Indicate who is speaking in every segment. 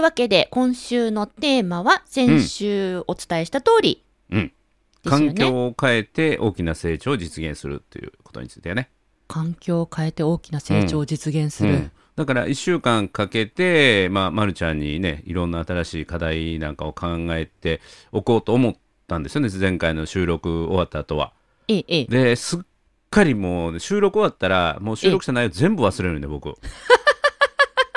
Speaker 1: わけで、今週のテーマは、先週お伝えした通り、
Speaker 2: うん
Speaker 1: ですよ
Speaker 2: 環
Speaker 1: ね
Speaker 2: 境を変えて大きな成長を実現するっていうことについてね。
Speaker 1: 環境を変えて大きな成長を実現す
Speaker 2: う
Speaker 1: る。
Speaker 2: んだから1週間かけて、まあ、ま、るちゃんにねいろんな新しい課題なんかを考えておこうと思ったんですよね前回の収録終わった後は。
Speaker 1: ええ、ええ。
Speaker 2: ですっかりもう収録終わったらもう収録した内容全部忘れるんで僕。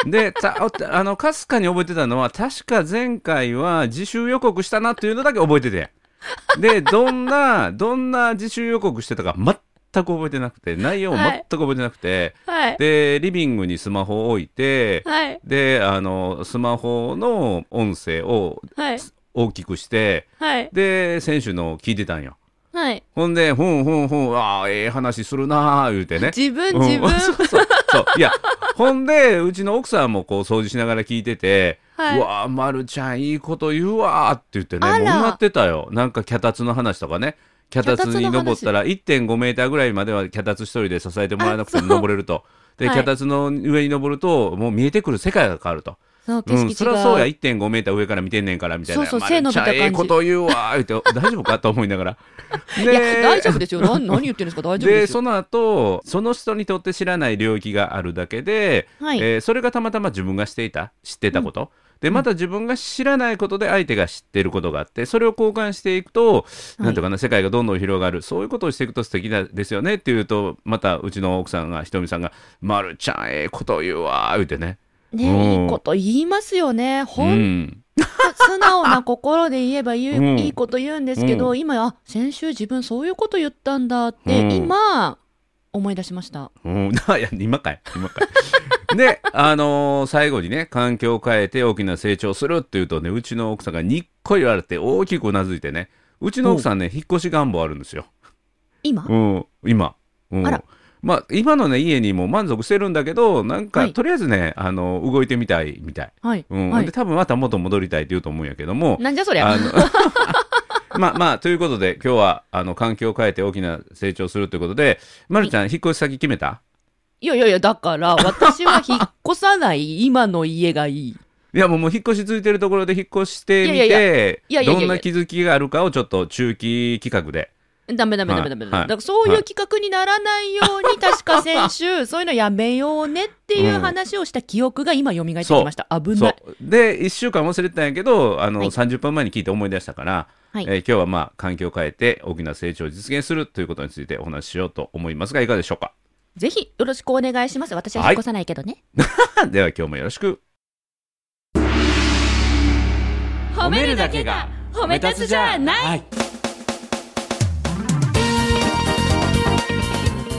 Speaker 2: でたおあのかすかに覚えてたのは確か前回は自習予告したなっていうのだけ覚えててでどんなどんな自習予告してたか全く覚えてなくて内容も全く覚えてなくて、
Speaker 1: はい。
Speaker 2: でリビングにスマホを置いて、
Speaker 1: はい。
Speaker 2: であのスマホの音声を
Speaker 1: はい。
Speaker 2: 大きくして
Speaker 1: はい。
Speaker 2: で選手の聞いてたんよ。
Speaker 1: はい。
Speaker 2: ほんで、ふんふんふん、ああ、ええ話するなー、言うてね。
Speaker 1: 自分、
Speaker 2: うん
Speaker 1: 自
Speaker 2: そう
Speaker 1: 分。
Speaker 2: そうそう。いや、ほんで、うちの奥さんもこう掃除しながら聞いてて、
Speaker 1: はいう
Speaker 2: わー、まるちゃん、いいこと言うわーって言ってね、
Speaker 1: あ
Speaker 2: も
Speaker 1: ら
Speaker 2: うなってたよ。なんか、脚立の話とかね。脚立に登ったら1.5メーターぐらいまでは脚立一人で支えてもらえなくて
Speaker 1: あ
Speaker 2: も
Speaker 1: そう
Speaker 2: 登れると。で、
Speaker 1: はい
Speaker 2: 脚立の上に登ると、もう見えてくる世界が変わると。
Speaker 1: そう、景
Speaker 2: う
Speaker 1: 色違う。
Speaker 2: ん、そりゃそうや、1.5メーター上から見てんねんから、みたいな。
Speaker 1: そうそう
Speaker 2: まるちゃん
Speaker 1: 背伸びた感じ
Speaker 2: ええこと言うわー、言って、 大丈夫かと思いながら。
Speaker 1: いや、大丈夫ですよ。な 何言ってるんですか大丈夫
Speaker 2: で
Speaker 1: ですよ。
Speaker 2: その後その人にとって知らない領域があるだけで、
Speaker 1: はい
Speaker 2: えーそれがたまたま自分がしていた知ってたこと、でまた自分が知らないことで相手が知っていることがあってそれを交換していくと、
Speaker 1: い
Speaker 2: なんていうかな世界がどんどん広がるそういうことをしていくと素敵なですよねっていうとまたうちの奥さんがひとみさんが「まるちゃんええこと言うわ」言うてね。うん
Speaker 1: ね、いいこと言いますよね。
Speaker 2: う
Speaker 1: ほん
Speaker 2: ん、
Speaker 1: 素直な心で言えば言う、
Speaker 2: うん
Speaker 1: いいこと言うんですけど、
Speaker 2: う
Speaker 1: 今あ先週自分そういうこと言ったんだって、
Speaker 2: うん
Speaker 1: 今思い出しました
Speaker 2: うん、いや今かい今かい で、あのー最後にね環境を変えて大きな成長するっていうとねうちの奥さんがにっこり笑って大きくうなずいてねうちの奥さんね引っ越し願望あるんですよ、
Speaker 1: 今、
Speaker 2: うん、今、うん
Speaker 1: あら
Speaker 2: まあ、今のね家にも満足してるんだけどなんか、
Speaker 1: はい
Speaker 2: とりあえずねあの動いてみたいみたい、
Speaker 1: はい、
Speaker 2: うん
Speaker 1: はい
Speaker 2: で多分また元戻りたいって言うと思うんやけども
Speaker 1: なんじゃそりゃ
Speaker 2: あの まあまあということで今日はあの環境を変えて大きな成長するということで、ま、るちゃん引っ越し先決めた
Speaker 1: いやいやいやだ から私は引っ越さない今の家がいい
Speaker 2: いやもうもう引っ越しついてるところで引っ越してみ
Speaker 1: いやい
Speaker 2: て
Speaker 1: いやいやいやいやいや
Speaker 2: どんな気づきがあるかをちょっと中期企画で
Speaker 1: ダメダメ
Speaker 2: はい
Speaker 1: ダメダメダメ、
Speaker 2: はい
Speaker 1: だからそういう企画にならないように、 確か先週そういうのやめようねっていう話をした記憶が今蘇ってきました、危
Speaker 2: そ
Speaker 1: な
Speaker 2: う
Speaker 1: い
Speaker 2: で1週間忘れてたんやけどあの、
Speaker 1: はい
Speaker 2: 30分前に聞いて思い出したから、
Speaker 1: はい
Speaker 2: えー今日はまあ環境を変えて大きな成長を実現するということについてお話ししようと思いますがいかがでしょうか
Speaker 1: ぜひよろしくお願いします私は引っ越さないけどね、
Speaker 2: では今日もよろしく
Speaker 3: はい、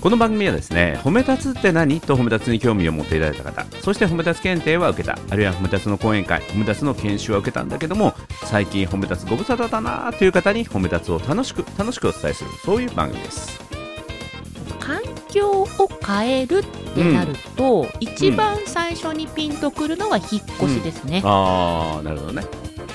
Speaker 2: この番組はですね褒め立つって何と褒め立つに興味を持っていただいた方そして褒め立つ検定は受けたあるいは褒め立つの講演会褒め立つの研修は受けたんだけども最近褒め立つご無沙汰だなという方に褒め立つを楽しく楽しくお伝えするそういう番組です
Speaker 1: 環境を変えるってなると、一番最初にピンとくるのは引っ越しですね、
Speaker 2: ああなるほどね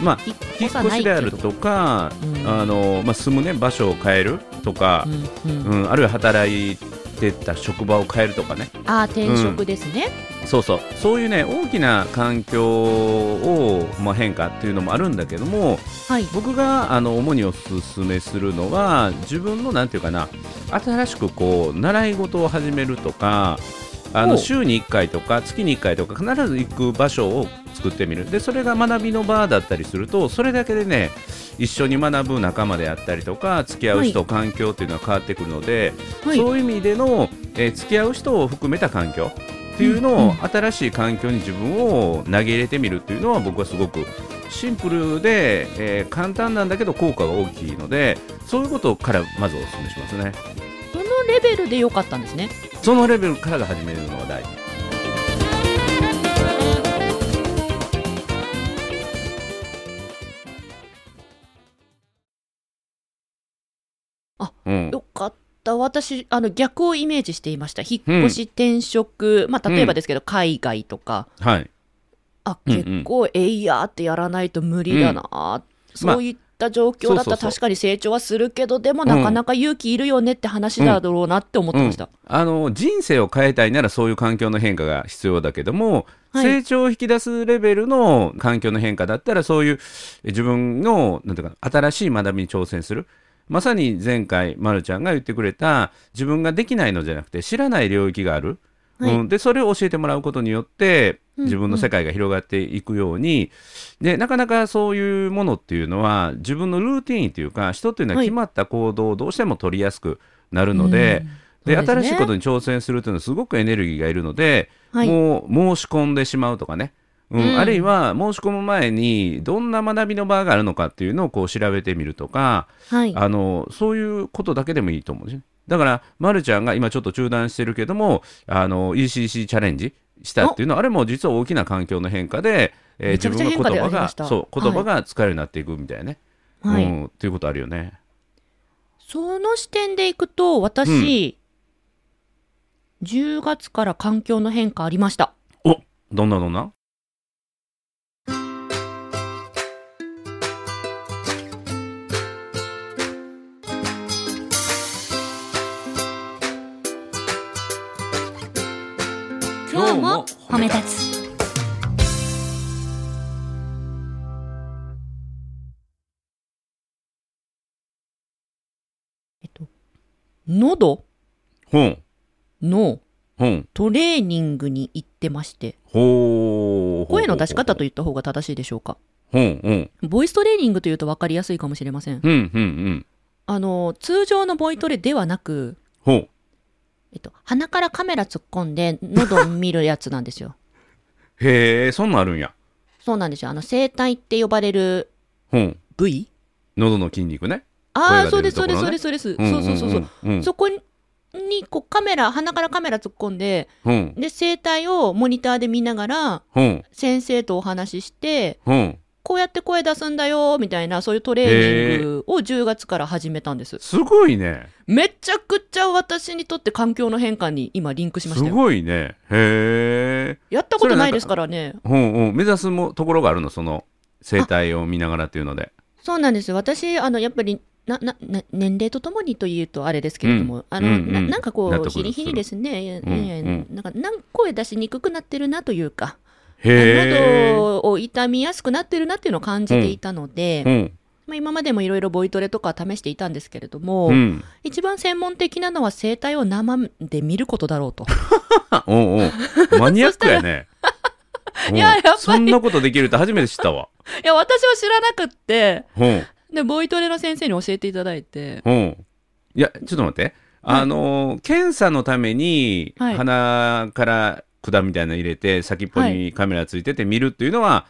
Speaker 2: まあ
Speaker 1: 引っ越
Speaker 2: 引っ
Speaker 1: さ
Speaker 2: 越
Speaker 1: ない
Speaker 2: し
Speaker 1: け
Speaker 2: で
Speaker 1: ど
Speaker 2: あるとか、
Speaker 1: うん
Speaker 2: あのまあ、住む、ね、場所を変えるとか
Speaker 1: う、んうん
Speaker 2: うんあるいは働いてた職場を変えるとかね
Speaker 1: あー転職ですね、
Speaker 2: そうそうそういうね大きな環境を、まあ、変化っていうのもあるんだけども
Speaker 1: はい
Speaker 2: 僕があの主におすすめするのは自分のなんていうかな新しくこう習い事を始めるとかあ
Speaker 1: ほ
Speaker 2: の
Speaker 1: う
Speaker 2: 週に1回とか月に1回とか必ず行く場所を作ってみるでそれが学びの場だったりするとそれだけでね一緒に学ぶ仲間であったりとか付き合う人、
Speaker 1: は
Speaker 2: 環境っていうのは変わってくるので、
Speaker 1: はい
Speaker 2: そういう意味での、えー付き合う人を含めた環境っていうのを、新しい環境に自分を投げ入れてみるっていうのは僕はすごくシンプルで、えー簡単なんだけど効果が大きいのでそういうことからまずお勧めしますね
Speaker 1: そのレベルで良かったんですね
Speaker 2: そのレベルからが始めるのが大事
Speaker 1: あ
Speaker 2: うん
Speaker 1: よかった私あの逆をイメージしていました引っ越し転職、まあ例えばですけど、海外とか
Speaker 2: はい。
Speaker 1: あ
Speaker 2: うんうん
Speaker 1: 結構えいやーってやらないと無理だな、そういった状況だった
Speaker 2: そうそう
Speaker 1: ら
Speaker 2: そう
Speaker 1: 確かに成長はするけどでもなかなか勇気いるよねって話だろうなって思ってました、
Speaker 2: あの人生を変えたいならそういう環境の変化が必要だけども、
Speaker 1: はい
Speaker 2: 成長を引き出すレベルの環境の変化だったらそういうえ自分のなんていうかな新しい学びに挑戦するまさに前回、ま、るちゃんが言ってくれた自分ができないのじゃなくて知らない領域がある、
Speaker 1: はい
Speaker 2: うん、でそれを教えてもらうことによって
Speaker 1: ん
Speaker 2: 自分の世界が広がっていくように、でなかなかそういうものっていうのは自分のルーティンというか人っていうのは
Speaker 1: はい
Speaker 2: 決まった行動をどうしても取りやすくなるので。
Speaker 1: うん
Speaker 2: で
Speaker 1: そうですね
Speaker 2: 新しいことに挑戦するというのはすごくエネルギーがいるので、
Speaker 1: はい
Speaker 2: もう申し込んでしまうとかね、う
Speaker 1: う
Speaker 2: ん
Speaker 1: ん
Speaker 2: あるいは申し込む前にどんな学びの場があるのかっていうのをこう調べてみるとか、
Speaker 1: はい
Speaker 2: あのそういうことだけでもいいと思うんですね。だから、ま、るちゃんが今ちょっと中断してるけどもあの ECC チャレンジしたっていうのはあれも実は大きな環境の変化で、えー
Speaker 1: めち
Speaker 2: 自
Speaker 1: ゃくちゃ
Speaker 2: 分の言
Speaker 1: 変化で
Speaker 2: 葉
Speaker 1: ありま
Speaker 2: が
Speaker 1: した
Speaker 2: そう言葉が使えるようになっていくみたいなね、
Speaker 1: はい
Speaker 2: うん、っていうことあるよね。
Speaker 1: その視点でいくと私、10月から環境の変化ありました
Speaker 2: おどんなどんな
Speaker 4: 今日も褒め立つ
Speaker 1: 喉
Speaker 2: ほん
Speaker 1: の
Speaker 2: ほん
Speaker 1: トレーニングに行ってまして
Speaker 2: ほう
Speaker 1: 声の出し方と言った方が正しいでしょうか
Speaker 2: うんうん
Speaker 1: ボイストレーニングというと分かりやすいかもしれません
Speaker 2: うんうんうん
Speaker 1: あの通常のボイトレではなく
Speaker 2: ほう
Speaker 1: えっと、鼻からカメラ突っ込んで喉を見るやつなんです よ。
Speaker 2: へえそんなんあるんや
Speaker 1: そうなんですよ。あの、声帯って呼ばれる
Speaker 2: ほう
Speaker 1: 部位
Speaker 2: 喉の筋肉ね
Speaker 1: ああ、そ
Speaker 2: 声
Speaker 1: う
Speaker 2: が
Speaker 1: で
Speaker 2: 出る
Speaker 1: す、そうです、そ
Speaker 2: とこ
Speaker 1: う
Speaker 2: ろ
Speaker 1: で
Speaker 2: ね
Speaker 1: す、そうです。そうそうそうそう。
Speaker 2: うんうん
Speaker 1: そこに、こう、カメラ、鼻からカメラ突っ込んで、
Speaker 2: うん
Speaker 1: で、声帯をモニターで見ながら、
Speaker 2: ほう
Speaker 1: 先生とお話しして、
Speaker 2: ほう
Speaker 1: こうやって声出すんだよ、みたいな、そういうトレーニングを10月から始めたんです。
Speaker 2: すごいね
Speaker 1: めちゃくちゃ私にとって環境の変化に今リンクしますしたよ。
Speaker 2: ごいねへえ
Speaker 1: やったことないですからね。
Speaker 2: ほうほう目指すもところがあるのその生態を見ながらっていうので
Speaker 1: そうなんです私あのやっぱりななな年齢とともにというとあれですけれども、
Speaker 2: うん
Speaker 1: あの
Speaker 2: うんうん
Speaker 1: ななんかこ
Speaker 2: 納
Speaker 1: う
Speaker 2: 得
Speaker 1: 日に日にですね、
Speaker 2: うん
Speaker 1: ね
Speaker 2: うん
Speaker 1: なんかなんか声出しにくくなってるなというか、
Speaker 2: へえ
Speaker 1: 喉を痛みやすくなってるなっていうのを感じていたので、
Speaker 2: うん
Speaker 1: まあ、今までもいろいろボイトレとか試していたんですけれども、
Speaker 2: うん
Speaker 1: 一番専門的なのは声帯を生で見ることだろうと
Speaker 2: あおうおうマニアックやね
Speaker 1: いや
Speaker 2: うん
Speaker 1: やっぱり
Speaker 2: そんなことできるって初めて知ったわ
Speaker 1: いや私は知らなくって
Speaker 2: ほう
Speaker 1: でボイトレの先生に教えていただいて
Speaker 2: うん。いや、ちょっと待って。あのー検査のために、
Speaker 1: はい
Speaker 2: 鼻から管みたいなの入れて、先っぽにカメラついてて見るっていうのは、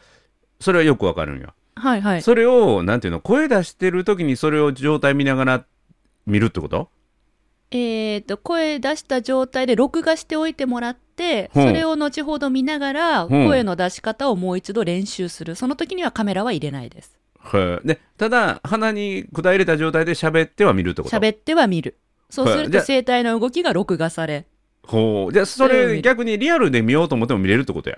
Speaker 2: それはよくわかるんよ。
Speaker 1: はいはい
Speaker 2: それを、なんていうの、声出してる時にそれを状態見ながら見るってこと
Speaker 1: えー、と声出した状態で録画しておいてもらって、
Speaker 2: うん
Speaker 1: それを後ほど見ながら、
Speaker 2: ん
Speaker 1: 声の出し方をもう一度練習するその時にはカメラは入れないです
Speaker 2: へえで、ただ、鼻に管入れた状態で喋っては見るってこと
Speaker 1: 喋っては見るそうす
Speaker 2: は
Speaker 1: る
Speaker 2: いじ
Speaker 1: と
Speaker 2: ゃあ
Speaker 1: 声帯の動きが録画され
Speaker 2: ほう。じゃあ、そ
Speaker 1: それを見
Speaker 2: れ
Speaker 1: る
Speaker 2: 逆にリアルで見ようと思っても見れるってことや。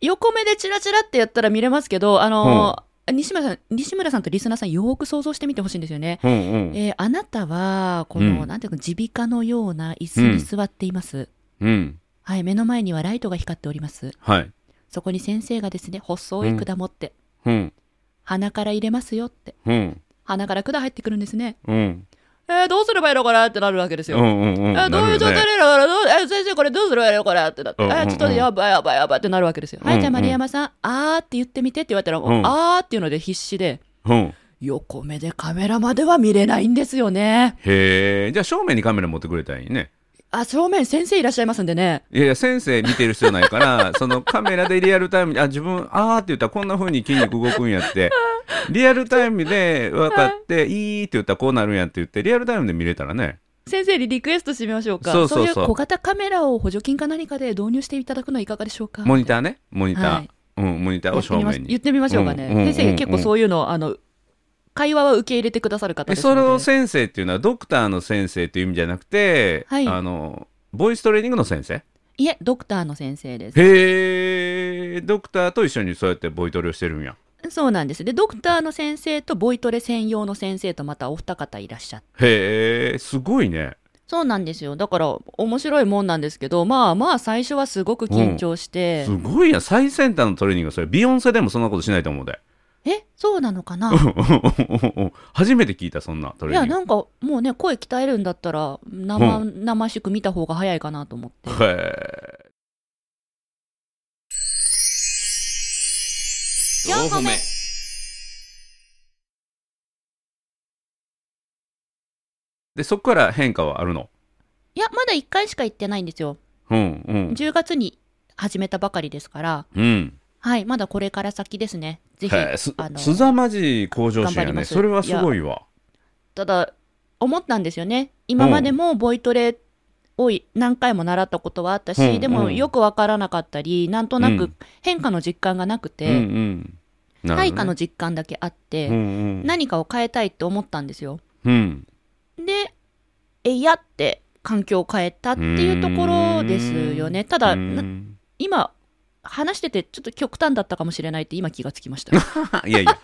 Speaker 1: 横目でチラチラってやったら見れますけどあのー西村さん西村さんとリスナーさんよーく想像してみてほしいんですよね、
Speaker 2: うんうん。
Speaker 1: えーあなたはこの、
Speaker 2: うん
Speaker 1: なんていうか耳鼻科のような椅子に座っています、
Speaker 2: うん。
Speaker 1: はい目の前にはライトが光っております
Speaker 2: はい。
Speaker 1: そこに先生がですね細い管持って、
Speaker 2: うん。
Speaker 1: 鼻から入れますよって
Speaker 2: うん。
Speaker 1: 鼻から管入ってくるんですね。
Speaker 2: うん。
Speaker 1: えー、どうすればいいのかなってなるわけです
Speaker 2: う
Speaker 1: よ。
Speaker 2: んうんうん。
Speaker 1: えーどういう状
Speaker 2: なるよ
Speaker 1: 態でい
Speaker 2: ね
Speaker 1: いのかなどうえー先生これどうすればいいのかなってなって、
Speaker 2: うんうんうん
Speaker 1: えーちょっとやばいやばいやばいってなるわけですよ。はい、じゃあ
Speaker 2: うんうん
Speaker 1: 丸山さん、あーって言ってみてって言われたら、もう
Speaker 2: うん
Speaker 1: あーっていうので必死で、
Speaker 2: うん。
Speaker 1: 横目でカメラまでは見れないんですよね。
Speaker 2: へえ、じゃあ正面にカメラ持ってくれたらいいね。
Speaker 1: あ、正面先生いらっしゃいますんでね。
Speaker 2: いやいや、先生見てる必要ない から、そのカメラでリアルタイムに、あ、自分、あーって言ったらこんな風に筋肉動くんや って、リアルタイムで分かって、いいって言ったらこうなるんやって言って、リアルタイムで見れたらね。
Speaker 1: 先生にリクエストしてみましょうか。
Speaker 2: そうそうそ
Speaker 1: い
Speaker 2: う
Speaker 1: う小型カメラを補助金か何かで導入していただくのはいかがでしょうか。
Speaker 2: モニターね、モニター。
Speaker 1: はい
Speaker 2: うん、モニター
Speaker 1: や
Speaker 2: を
Speaker 1: って
Speaker 2: 正
Speaker 1: みま
Speaker 2: 面
Speaker 1: す
Speaker 2: に。
Speaker 1: 言ってみましょうか
Speaker 2: うんうんうんう
Speaker 1: ね。
Speaker 2: ん
Speaker 1: 先生結構そういうの、あの、会話は受け入れてくださる方
Speaker 2: え
Speaker 1: ですの
Speaker 2: そ
Speaker 1: で
Speaker 2: の先生っていうのはドクターの先生っていう意味じゃなくて、
Speaker 1: はい
Speaker 2: あのボイストレーニングの先生
Speaker 1: いえドクターの先生です
Speaker 2: へえドクターと一緒にそうやってボイトレをしてるんや
Speaker 1: そうなんですでドクターの先生とボイトレ専用の先生とまたお二方いらっしゃって
Speaker 2: へえすごいね
Speaker 1: そうなんですよだから面白いもんなんですけどまあまあ最初はすごく緊張して、
Speaker 2: すごいやん最先端のトレーニングはそれビヨンセでもそんなことしないと思うで
Speaker 1: えそうなのかな
Speaker 2: 初めて聞いたそんなト
Speaker 1: い
Speaker 2: レ
Speaker 1: や
Speaker 2: ーニング
Speaker 1: なんかもうね声鍛えるんだったら生,、
Speaker 2: う
Speaker 1: 生しく見た方が早いかなと思って
Speaker 2: へえ
Speaker 3: 4個目
Speaker 2: でそこから変化はあるの
Speaker 1: いやまだ1回しか行ってないんですよ
Speaker 2: うんうん
Speaker 1: 10月に始めたばかりですから
Speaker 2: うん
Speaker 1: はいまだこれから先ですねぜひ
Speaker 2: へえす
Speaker 1: あの
Speaker 2: すざまじい向上心
Speaker 1: 頑張
Speaker 2: や
Speaker 1: りま
Speaker 2: ね
Speaker 1: す
Speaker 2: それはすごいわ
Speaker 1: ただ思ったんですよね今までもボイトレをい何回も習ったことはあったし、
Speaker 2: うん
Speaker 1: でも
Speaker 2: うん
Speaker 1: よくわからなかったりなんとな
Speaker 2: う
Speaker 1: く
Speaker 2: ん
Speaker 1: 変化の実感がなく
Speaker 2: うんう
Speaker 1: て、
Speaker 2: んなるほどね
Speaker 1: 対価の実感だけあって、
Speaker 2: うんうん
Speaker 1: 何かを変えたいって思ったんですよ
Speaker 2: うん
Speaker 1: でえいやって環境を変えたっていうところですよねただ
Speaker 2: うん
Speaker 1: な今話しててちょっと極端だったかもしれないって今気がつきました
Speaker 2: いやいや。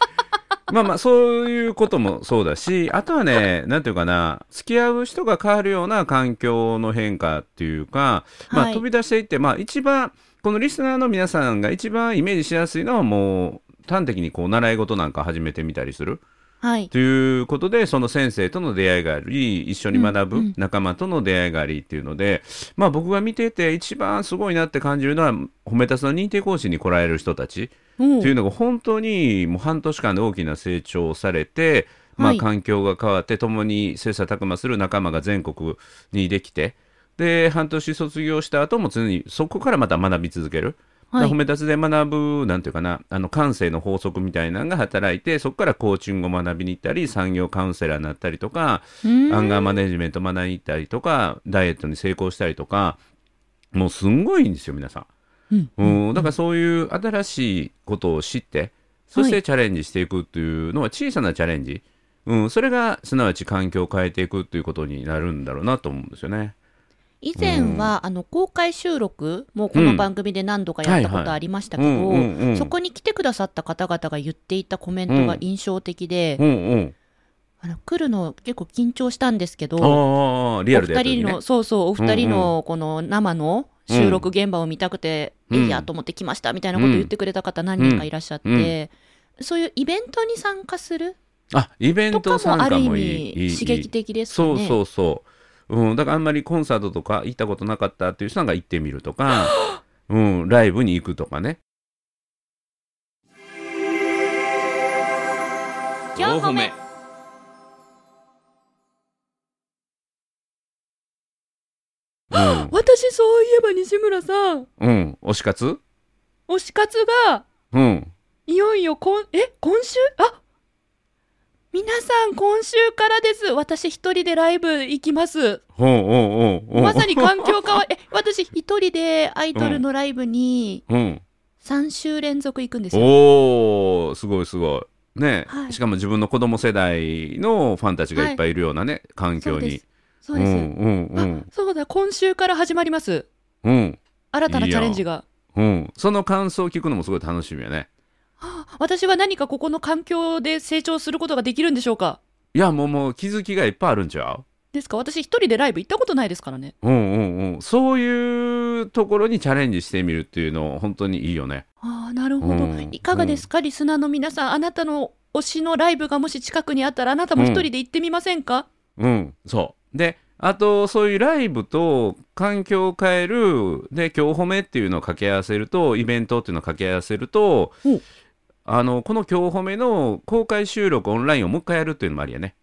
Speaker 2: まあまあ、そういうこともそうだし、あとはね、なんていうかな、付き合う人が変わるような環境の変化っていうか、まあ、
Speaker 1: はい
Speaker 2: 飛び出していって、まあ、一番、このリスナーの皆さんが一番イメージしやすいのは、もう、端的にこう、習い事なんか始めてみたりする。
Speaker 1: はい
Speaker 2: ということで、その先生との出会いがあり、一緒に学
Speaker 1: うんう
Speaker 2: ぶ
Speaker 1: ん
Speaker 2: 仲間との出会いがありっていうので、まあ僕が見てて一番すごいなって感じるのは、褒めたつの認定講師に来られる人たち。
Speaker 1: も
Speaker 2: っていうのが本当にもう半年間で大きな成長をされて、ま
Speaker 1: は
Speaker 2: あ、
Speaker 1: い
Speaker 2: 環境が変わって共に切磋琢磨する仲間が全国にできてで半年卒業した後も常にそこからまた学び続ける。
Speaker 1: はい
Speaker 2: 褒め立つで学ぶなんていうかなあの感性の法則みたいなのが働いてそこからコーチングを学びに行ったり産業カウンセラーになったりとか
Speaker 1: うーん
Speaker 2: アンガーマネジメント学びに行ったりとかダイエットに成功したりとかもうすんごいんですよ皆さん。
Speaker 1: うん
Speaker 2: うん、だからそういう新しいことを知ってそし
Speaker 1: は
Speaker 2: てチャレンジしていくっていうのは小さなチャレンジ、うん、それがすなわち環境を変えていくっていうことになるんだろうなと思うんですよね。
Speaker 1: 以前は、あの公開収録もこの番組で何度かやったこ
Speaker 2: はい
Speaker 1: と
Speaker 2: は
Speaker 1: あ
Speaker 2: い
Speaker 1: りました
Speaker 2: う
Speaker 1: け
Speaker 2: んう
Speaker 1: ど
Speaker 2: んうん
Speaker 1: そこに来てくださった方々が言っていたコメントが印象的で、
Speaker 2: うんうん、
Speaker 1: あの来るの結構緊張したんですけど
Speaker 2: ああリ
Speaker 1: お
Speaker 2: アルで
Speaker 1: 二
Speaker 2: やった時
Speaker 1: 人
Speaker 2: ね
Speaker 1: の、そうそう、お二人のこの生の収録現場を見たくて、
Speaker 2: うん
Speaker 1: いいやと思って来ましたみたいなこと言ってくれた方何人かいらっしゃって、
Speaker 2: うん
Speaker 1: そういうイベントに参加する
Speaker 2: あイベ
Speaker 1: と
Speaker 2: ン
Speaker 1: か
Speaker 2: ト参
Speaker 1: もある
Speaker 2: 加
Speaker 1: 意
Speaker 2: もいいいいい
Speaker 1: 味
Speaker 2: い
Speaker 1: 刺激的ですか
Speaker 2: そ
Speaker 1: ね。
Speaker 2: うそうそう、うん、だからあんまりコンサートとか行ったことなかったっていう人なんか行ってみるとか、 うん、ライブに行くとかね
Speaker 3: 5個目
Speaker 2: うん、
Speaker 1: 私そういえば西村さん、
Speaker 2: うん、推し活
Speaker 1: 推し活が、
Speaker 2: うん
Speaker 1: いよいよ今、え、今週あ皆さん今週からです。私一人でライブ行きます。
Speaker 2: ほうほうほうほう
Speaker 1: まさに環境変わ、え、私一人でアイドルのライブに、
Speaker 2: うん、
Speaker 1: 3週連続行くんですよ。
Speaker 2: おーすごいすごいね、
Speaker 1: はい
Speaker 2: しかも自分の子供世代のファンたちがいっぱいいるようなね、環
Speaker 1: そ
Speaker 2: 境
Speaker 1: うで
Speaker 2: に
Speaker 1: す。そうです、
Speaker 2: んうんうん
Speaker 1: そうだ、今週から始まります。
Speaker 2: うん
Speaker 1: 新たなチャレンジが。
Speaker 2: うんその感想を聞くのもすごい楽しみやね
Speaker 1: はあ私は何かここの環境で成長することができるんでしょうか
Speaker 2: いやもうもう気づきがいっぱいあるんちゃう
Speaker 1: ですか私一人でライブ行ったことないですからね。
Speaker 2: うんうんうんそういうところにチャレンジしてみるっていうの本当にいいよね
Speaker 1: ああ、なるほど
Speaker 2: う。ん
Speaker 1: いかがですか、リスナーの皆さん、あなたの推しのライブがもし近くにあったら、あなたも一人で行ってみませんか、
Speaker 2: うん、そう。で、あと、そういうライブと環境を変える、で、今日褒めっていうのを掛け合わせると、イベントっていうのを掛け合わせると
Speaker 1: お、
Speaker 2: あの、この今日褒めの公開収録オンラインをもう一回やるっていうのもありやね。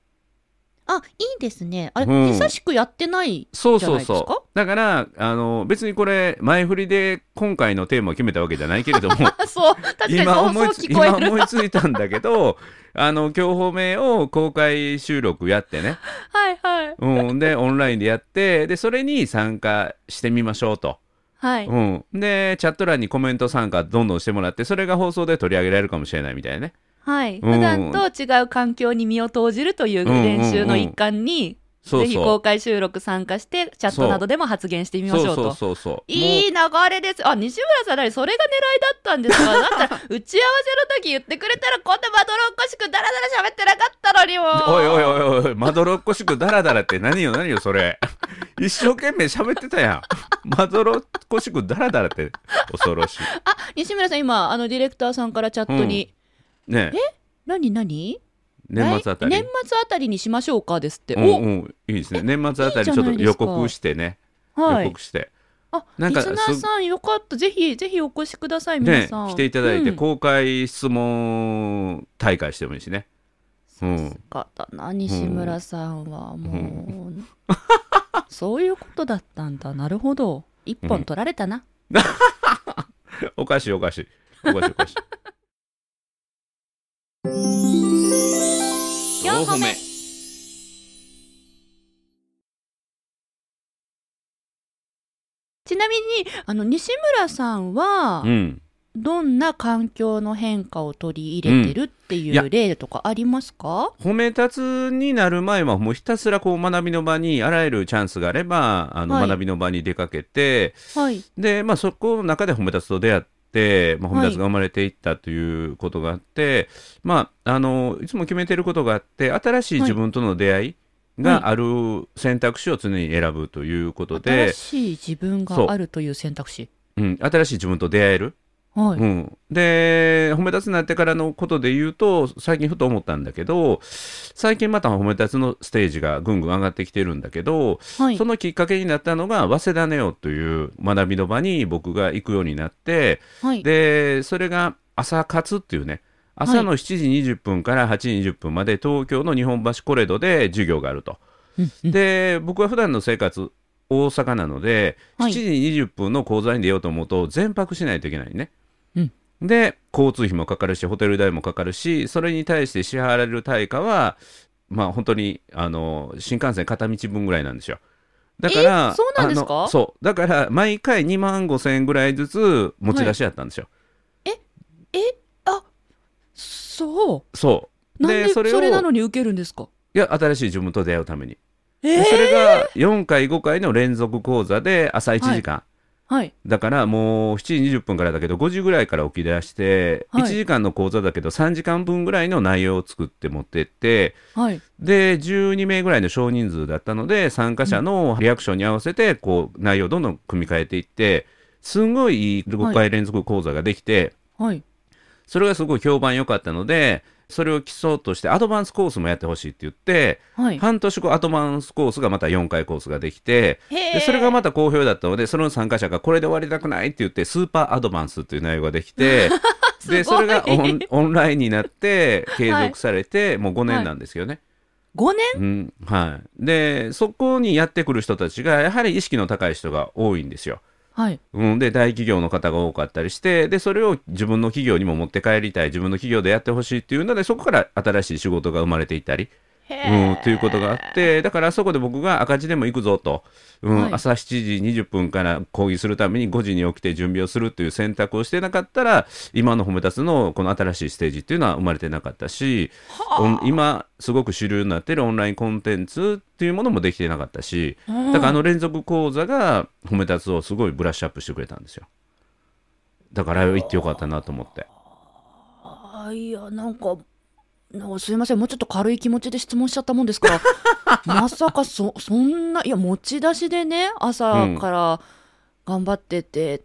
Speaker 1: あ、いいですね。あれ、
Speaker 2: うん
Speaker 1: 久しくやってない。
Speaker 2: そうそう
Speaker 1: じゃないですか
Speaker 2: そう。だから、あの、別にこれ、前振りで今回のテーマを決めたわけじゃない けれども、
Speaker 1: あ、そう。確かに
Speaker 2: 今
Speaker 1: そう
Speaker 2: 思
Speaker 1: そう
Speaker 2: いつ
Speaker 1: 聞こえ
Speaker 2: 今
Speaker 1: る。
Speaker 2: 思いついたんだけど、あの、今日褒めを公開収録やってね。
Speaker 1: はいはい。
Speaker 2: うん。で、オンラインでやって、で、それに参加してみましょうと。
Speaker 1: はい。
Speaker 2: うん、でチャット欄にコメント参加どんどんしてもらってそれが放送で取り上げられるかもしれないみたいなね、
Speaker 1: はい、
Speaker 2: うん
Speaker 1: 普段と違う環境に身を投じるという練習の一環に、
Speaker 2: そう
Speaker 1: ぜひ
Speaker 2: そ
Speaker 1: 公
Speaker 2: う
Speaker 1: 開収録参加して、チャットなどでも発言してみましょうと。
Speaker 2: そうそうそうそう
Speaker 1: いい流れです。あ、西村さんなにそれが狙いだったん ですかだったら、打ち合わせの時言ってくれたら、こんなまどろっこしくダラダラ喋ってなかったのにも。
Speaker 2: もうおいおいうおいおいまどろっこしくダラダラって何よ何よそれ一生懸命喋ってたやんまどろっこしくダラダラって恐ろしい
Speaker 1: あ、西村さん今、あの、ディレクターさんからチャットに、
Speaker 2: ねえ
Speaker 1: 何何
Speaker 2: 年末あたり
Speaker 1: 来年末あたりにしましょうかですって。
Speaker 2: うんうんいいですね年末あたりちょっと予告してね
Speaker 1: お、はい。
Speaker 2: 予告して
Speaker 1: あ、
Speaker 2: なんか
Speaker 1: リスナーさんよかった。ぜひ、ぜひお越しください、皆
Speaker 2: ね
Speaker 1: さん。
Speaker 2: 来ていただいて
Speaker 1: うん
Speaker 2: 公開質問大会してもいいしねうん
Speaker 1: さすがだな、西村さんは。も う、そういうことだったんだ。なるほど。一本取られたな。
Speaker 2: おかしいおかしいおかしいおかしい
Speaker 3: 4歩目
Speaker 1: ちなみに、あの、西村さんは
Speaker 2: う、ん
Speaker 1: どんな環境の変化を取り入れてるって
Speaker 2: うんい
Speaker 1: い
Speaker 2: や
Speaker 1: う例とかありますか
Speaker 2: 褒め立つになる前はもうひたすらこう学びの場にあらゆるチャンスがあればあの
Speaker 1: はい
Speaker 2: 学びの場に出かけて、
Speaker 1: はい。
Speaker 2: で、まあ、そこの中で褒め立つと出会って、まあ、褒め立つが生まれていったということがあって、まあ、あのいつも決めてることがあって新しい自分との出会いがある選択肢を常に選ぶということで、
Speaker 1: 新しい自分
Speaker 2: そう
Speaker 1: があるという選択肢。
Speaker 2: うん、新しい自分と出会える、
Speaker 1: はい。
Speaker 2: うん、で褒め立つになってからのことで言うと最近ふと思ったんだけど最近また褒め立つのステージがぐんぐん上がってきてるんだけど、
Speaker 1: はい
Speaker 2: そ。のきっかけになったのが早稲田ネオという学びの場に僕が行くようになって
Speaker 1: はい。
Speaker 2: でそれが朝活っていうね朝の7時20分から8時20分まで東京の日本橋コレドで授業があると。
Speaker 1: うんうん
Speaker 2: で僕は普段の生活大阪なので、
Speaker 1: はい
Speaker 2: 7時20分の講座に出ようと思うと全泊しないといけないね、
Speaker 1: うん
Speaker 2: で交通費もかかるしホテル代もかかるしそれに対して支払われる対価はまあ本当にあの新幹線片道分ぐらいなんですよだから
Speaker 1: えそうなんですか
Speaker 2: あのそうだから毎回2万5千円ぐらいずつ持ち出しやったんですよ、
Speaker 1: そ。
Speaker 2: そう
Speaker 1: なんで
Speaker 2: で
Speaker 1: そ
Speaker 2: そ
Speaker 1: れ
Speaker 2: れを
Speaker 1: なのに受けるんですか
Speaker 2: いや新しい自分と出会うために、
Speaker 1: え
Speaker 2: でそ
Speaker 1: え
Speaker 2: れが4回5回の連続講座で朝1時間、
Speaker 1: はい。
Speaker 2: だからもう7時20分からだけど5時ぐらいから起き出して、
Speaker 1: はい
Speaker 2: 1時間の講座だけど3時間分ぐらいの内容を作って持ってって
Speaker 1: はい。
Speaker 2: で12名ぐらいの少人数だったので参加者のリアクションに合わせてこう内容をどんどん組み替えていってすんごいいい5回連続講座ができて、
Speaker 1: はい。
Speaker 2: それがすごい評判良かったのでそれを基礎としてアドバンスコースもやってほしいって言って、
Speaker 1: はい。
Speaker 2: 半年後アドバンスコースがまた4回コースができて。
Speaker 1: へ
Speaker 2: でそれがま
Speaker 1: た、
Speaker 2: た好評だったのでその参加者がこれで終わりたくないって言ってスーパーアドバンスという内容ができて
Speaker 1: すごい
Speaker 2: でそれがオ ンオンラインになって継続されて、もう5年なんですよね。
Speaker 1: 5年
Speaker 2: うんはい、でそこにやってくる人たちがやはり意識の高い人が多いんですよ。
Speaker 1: はい。
Speaker 2: うん、で大企業の方が多かったりしてでそれを自分の企業にも持って帰りたい自分の企業でやってほしいっていうのでそこから新しい仕事が生まれていったりうん、ということがあって、だからあそこで僕が赤字でも行くぞと、うん
Speaker 1: はい
Speaker 2: 朝7時20分から講義するために5時に起きて準備をするという選択をしてなかったら、今の褒め立つのこの新しいステージっていうのは生まれてなかったし、オン今すごく主流になってるオンラインコンテンツっていうものもできてなかったし、
Speaker 1: うん
Speaker 2: だからあの連続講座が褒め立つをすごいブラッシュアップしてくれたんですよ。だから行ってよかったなと思って。
Speaker 1: あいやなんかなんかすいませんもうちょっと軽い気持ちで質問しちゃったもんですから まさかそそんないや持ち出しでね朝から頑張ってて、っ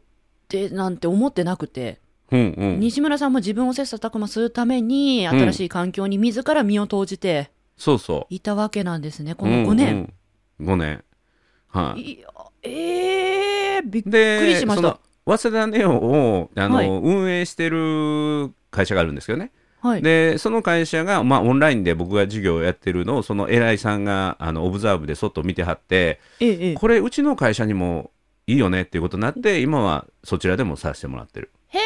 Speaker 1: てなんて思ってなくて、
Speaker 2: うんうん、
Speaker 1: 西村さんも自分を切磋琢磨するために
Speaker 2: ん
Speaker 1: 新しい環境に自ら身を投じて
Speaker 2: そうそ
Speaker 1: いたわけなんですね
Speaker 2: う。
Speaker 1: この5年、、
Speaker 2: うん5年。はい、
Speaker 1: いやえー、びっく
Speaker 2: で
Speaker 1: りしまし
Speaker 2: そ
Speaker 1: た
Speaker 2: の早稲田ネオをあの、
Speaker 1: はい
Speaker 2: 運営してる会社があるんですけどね、
Speaker 1: はい
Speaker 2: でその会社が、まあ、オンラインで僕が授業をやってるのをその偉いさんがあのオブザーブでそっと見てはって
Speaker 1: ええええ
Speaker 2: これうちの会社にもいいよねっていうことになって今はそちらでもさせてもらってる
Speaker 1: へ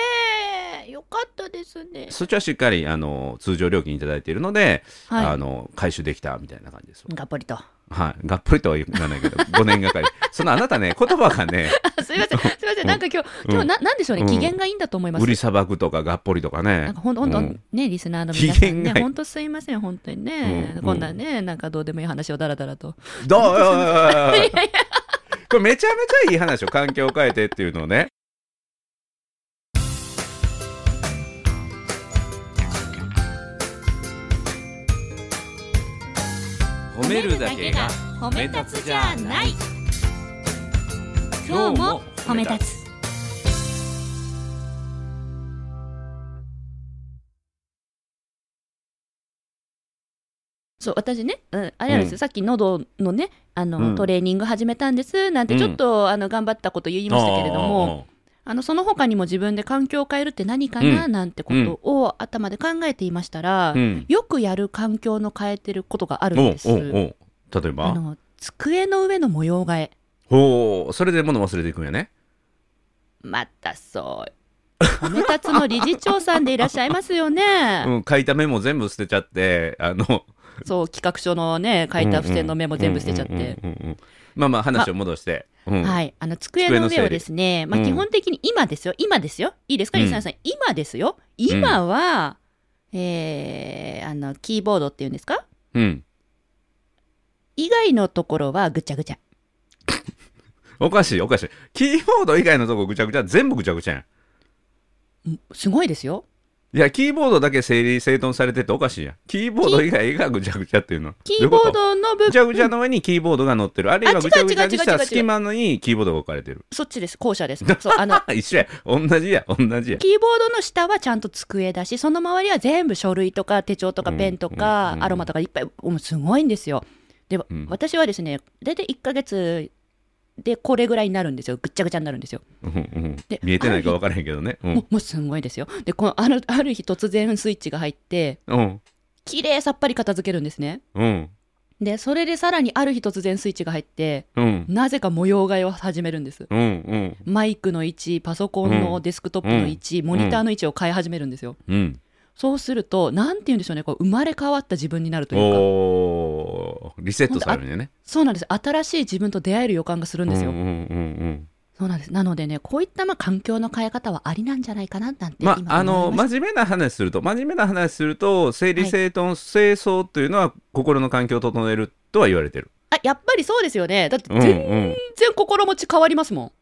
Speaker 1: えよかったですね
Speaker 2: そっちはしっかりあの通常料金いただいているので、
Speaker 1: は
Speaker 2: あ
Speaker 1: い
Speaker 2: の回収できたみたいな感じです
Speaker 1: 頑張りと
Speaker 2: はい、がっぽりとは言わないけど5年がかりそのあなたね言葉 がね
Speaker 1: あすいません、すいません、なんか今日、今日な、なんでしょうね、
Speaker 2: うん
Speaker 1: 機嫌がいいんだと思います
Speaker 2: 売。りさばくとかがっぽりとか
Speaker 1: な
Speaker 2: ね
Speaker 1: んかほんと、ほんと
Speaker 2: う
Speaker 1: ね
Speaker 2: ん、
Speaker 1: リスナーの皆さん
Speaker 2: 機
Speaker 1: ね
Speaker 2: 嫌、がいい
Speaker 1: 本当すいません、本当にね
Speaker 2: う、ん
Speaker 1: こんなね、なんかどうでもいい話をだらだらと。
Speaker 2: どう おいおいおいおいこれめちゃめちゃいい話よ環境を変えてっていうのをね褒めるだけが
Speaker 4: 褒
Speaker 2: め立つじゃない
Speaker 4: 今日も褒め立つ
Speaker 1: そう、私ね、うんあれなんです
Speaker 2: う
Speaker 1: よ、さっき喉のね、あ
Speaker 2: う
Speaker 1: の、
Speaker 2: ん
Speaker 1: トレーニング始めたんです、なんて、ちょっと、あの、頑張ったこと言いましたけれども、あの、その他にも自分で環境を変えるって何かな、
Speaker 2: う
Speaker 1: なんてことを頭で考えていましたら
Speaker 2: う、ん
Speaker 1: よくやる環境の変えてることがあるん
Speaker 2: おう
Speaker 1: です。
Speaker 2: おうおう例え
Speaker 1: あ
Speaker 2: ば
Speaker 1: の、机の上の模様替え。
Speaker 2: ほうそれで物忘れていくんやね
Speaker 1: またそう。褒め立つの理事長さんでいらっしゃいますよね。
Speaker 2: うん、書いたメモ全部捨てちゃってあの
Speaker 1: そう、企画書のね、書いた付箋のメモ全部捨てちゃって。
Speaker 2: うんうんうんうんうんまあまあ話を戻して、うん
Speaker 1: はい。あの、机の上をですね、まあ
Speaker 2: うん
Speaker 1: 基本的に今ですよ。今ですよ。いいですか、
Speaker 2: うん
Speaker 1: リスナーさん。今ですよ。今は、えー、あの、キーボードっていうんですか
Speaker 2: うん
Speaker 1: 以外のところはぐちゃぐちゃ。
Speaker 2: おかしいおかしいキーボード以外のとこぐちゃぐちゃ全部ぐちゃぐちゃやん
Speaker 1: うんすごいですよ。
Speaker 2: いやキーボードだけ整理整頓されてておかしいやんキーボード以外がぐちゃぐちゃっていうの
Speaker 1: キーボー
Speaker 2: どういうこ
Speaker 1: ドの
Speaker 2: と
Speaker 1: 部
Speaker 2: ぐちゃ
Speaker 1: 分、
Speaker 2: ぐちゃの上にキーボードが乗ってるあるい
Speaker 1: あ
Speaker 2: は
Speaker 1: 違う
Speaker 2: ぐちゃぐちゃにし
Speaker 1: 違う違
Speaker 2: た
Speaker 1: う違う
Speaker 2: 隙間のにキーボードが置かれてる
Speaker 1: そっちです。校舎です。そう、あの、
Speaker 2: あ一緒や同じや同じや
Speaker 1: キーボードの下はちゃんと机だし、その周りは全部書類とか手帳とかペンと
Speaker 2: うんう
Speaker 1: か
Speaker 2: んうん
Speaker 1: アロマとかいっぱい、もうすごいんですよ。で、
Speaker 2: うん
Speaker 1: 私はですね、大体1ヶ月でこれぐらいになるんですよ。ぐっちゃぐちゃになるんですよ。
Speaker 2: うんうん
Speaker 1: で
Speaker 2: 見えてないか分からへんけどねう
Speaker 1: もうんもうすごいですよ。で、このあるある日突然スイッチが入って、
Speaker 2: うん
Speaker 1: きれいさっぱり片付けるんですね。
Speaker 2: うん
Speaker 1: で、それでさらにある日突然スイッチが入って、
Speaker 2: うん
Speaker 1: なぜか模様替えを始めるんです。
Speaker 2: うんうん
Speaker 1: マイクの位置、パソコンのデスクトップの位置、モニターの位置を変え始めるんですよ。
Speaker 2: うん
Speaker 1: そうすると、なんて言うんでしょうね、こう生まれ変わった自分になるというか、
Speaker 2: おーリセットされるんやね
Speaker 1: そうなんです、新しい自分と出会える予感がするんですよ。
Speaker 2: うんうんうんうん
Speaker 1: そうなんですなのでね、こういったまあ環境の変え方はありなんじゃないかななんて今
Speaker 2: ま
Speaker 1: 思いました、
Speaker 2: あ、あの真面目な話すると真面目な話すると整理整頓、清掃というのは心の環境を整えるとは言われてる。
Speaker 1: あやっぱりそうですよね、だって
Speaker 2: うんう
Speaker 1: 全然
Speaker 2: ん、
Speaker 1: 心持ち変わりますもん、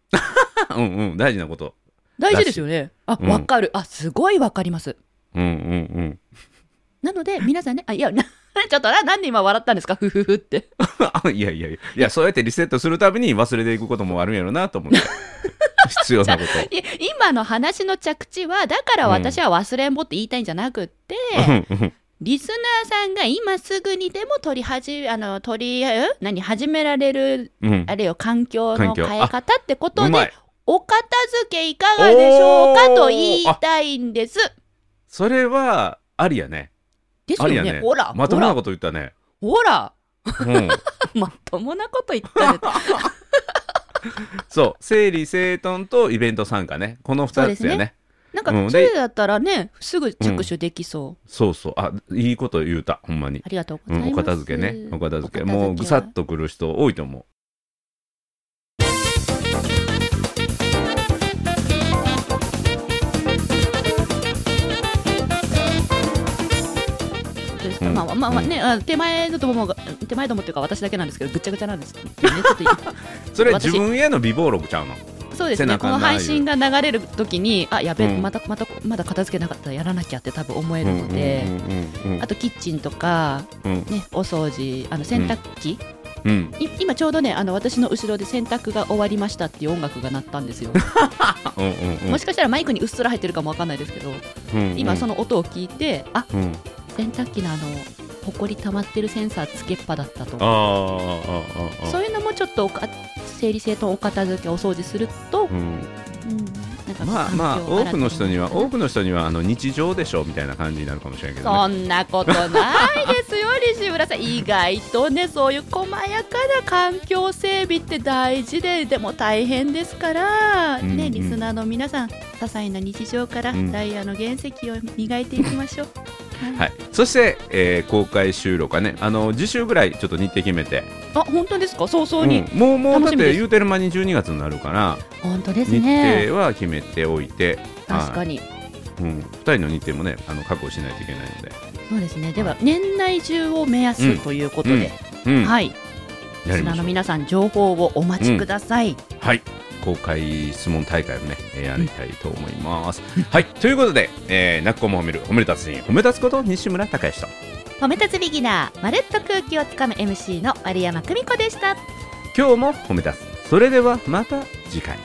Speaker 2: うんうん、大事なこと。
Speaker 1: 大事ですよね、あ
Speaker 2: うん
Speaker 1: わかる、あすごいわかります。
Speaker 2: うんうんうん。
Speaker 1: なので、皆さんね、あいや、な ちょっとな、なんで今笑ったんですか、 ふふふって。
Speaker 2: あいやいやいやいやそうやってリセットするたびに忘れていくこともあるんやろなと 思って必要なこ
Speaker 1: い今の話の着地は、だから私は忘れんぼって言いたいんじゃなくって、
Speaker 2: と。うんうん
Speaker 1: リスナーさんが今すぐにでも取り始め、あの、取り、え何、始められる、
Speaker 2: うん
Speaker 1: あれよ、環境の
Speaker 2: 環境
Speaker 1: 変え方ってこ
Speaker 2: う
Speaker 1: と
Speaker 2: ま
Speaker 1: で
Speaker 2: い、。
Speaker 1: お片付けいかがでしょうかと言いたいんです。
Speaker 2: それはありやね。
Speaker 1: です
Speaker 2: あ
Speaker 1: よ
Speaker 2: りや
Speaker 1: ね。
Speaker 2: ね。
Speaker 1: ほら、
Speaker 2: まと
Speaker 1: ほ
Speaker 2: もな
Speaker 1: ら、
Speaker 2: こと言ったね。
Speaker 1: ほら、
Speaker 2: うん、
Speaker 1: まともなこと言った ね。
Speaker 2: そう整理整頓とイベント参加ねこの
Speaker 1: そう
Speaker 2: 2
Speaker 1: です
Speaker 2: つやね。
Speaker 1: なん
Speaker 2: うん
Speaker 1: か、
Speaker 2: で
Speaker 1: それだったらね、すぐ着手できそう。
Speaker 2: そうそうあいいこと言うたほんまに。
Speaker 1: ありがとうござ
Speaker 2: う
Speaker 1: いま
Speaker 2: ん、
Speaker 1: す。
Speaker 2: お片付けねお片付け
Speaker 1: お
Speaker 2: もうぐさっ
Speaker 1: は
Speaker 2: とくる人多いと思
Speaker 1: そうです
Speaker 2: うん
Speaker 1: まあまあまあね、あ手前だと思うが、手前どもっていうか私だけなんですけど、ぐっちゃぐちゃなんですけどね。ちょっと
Speaker 2: うそれ
Speaker 1: 私
Speaker 2: 自分への美貌録ちゃうの
Speaker 1: そうです
Speaker 2: 背
Speaker 1: ね、
Speaker 2: 中
Speaker 1: こ
Speaker 2: ない
Speaker 1: の配信が流れる時に、あやべえ、
Speaker 2: うん
Speaker 1: またまたまだ片付けなかったらやらなきゃって多分思えるので、
Speaker 2: うんうん
Speaker 1: あとキッチンとか、
Speaker 2: うん
Speaker 1: ね、お掃除、あの洗濯機、
Speaker 2: うんうん
Speaker 1: い今ちょうどね、あの私の後ろで洗濯が終わりましたっていう音楽が鳴ったんですよ、
Speaker 2: あうんうんうん
Speaker 1: もしかしたらマイクにうっすら入ってるかもわかんないですけど、
Speaker 2: うんうん
Speaker 1: 今、その音を聞いて、あ
Speaker 2: うん
Speaker 1: 洗濯機のあの、ほこり溜まってるセンサーつけっぱだったと
Speaker 2: あー
Speaker 1: か。
Speaker 2: あーあーあー
Speaker 1: そういうのもちょっとおか整理整頓お片付けお掃除すると、
Speaker 2: うん
Speaker 1: うんなんか
Speaker 2: まあまあ
Speaker 1: 環境を新た
Speaker 2: 多
Speaker 1: に
Speaker 2: くの人には
Speaker 1: 思う
Speaker 2: 多くの人にはあの日常でしょみたいな感じになるかもしれんけどね
Speaker 1: そんなことないですよ、西村さん。意外とね、そういう細やかな環境整備って大事で、でも大変ですから、
Speaker 2: うんう
Speaker 1: ね、
Speaker 2: ん
Speaker 1: リスナーの皆さん、些細な日常から
Speaker 2: うん
Speaker 1: ダイヤの原石を磨いていきましょ う。
Speaker 2: はいそしてえー公開収録はねあの次週ぐらいちょっと日程決めて
Speaker 1: あ本当ですか早々に、
Speaker 2: うんもうもうだっ
Speaker 1: 楽しみで
Speaker 2: て
Speaker 1: す
Speaker 2: 言うてる間に12月になるから、
Speaker 1: 本当です
Speaker 2: 日
Speaker 1: ね
Speaker 2: 程は決めておいて
Speaker 1: 確か
Speaker 2: に、
Speaker 1: に
Speaker 2: うん、2人の日程もねあの確保しないといけないので、
Speaker 1: そうですねでは年内中を目安ということで、
Speaker 2: うん
Speaker 1: はい
Speaker 2: や
Speaker 1: リ
Speaker 2: り
Speaker 1: スナー
Speaker 2: まし
Speaker 1: の
Speaker 2: ょう
Speaker 1: 皆さん情報をお待ちください、
Speaker 2: はい公開質問大会もねえーやりたいと思います、はいということで、えー、泣く子も褒める褒め立つ人褒め立つこと西村孝之と
Speaker 1: 褒め立つビギナーまるっと空気をつかむ MC の丸山久美子でした
Speaker 2: 今日も褒め立つそれではまた次回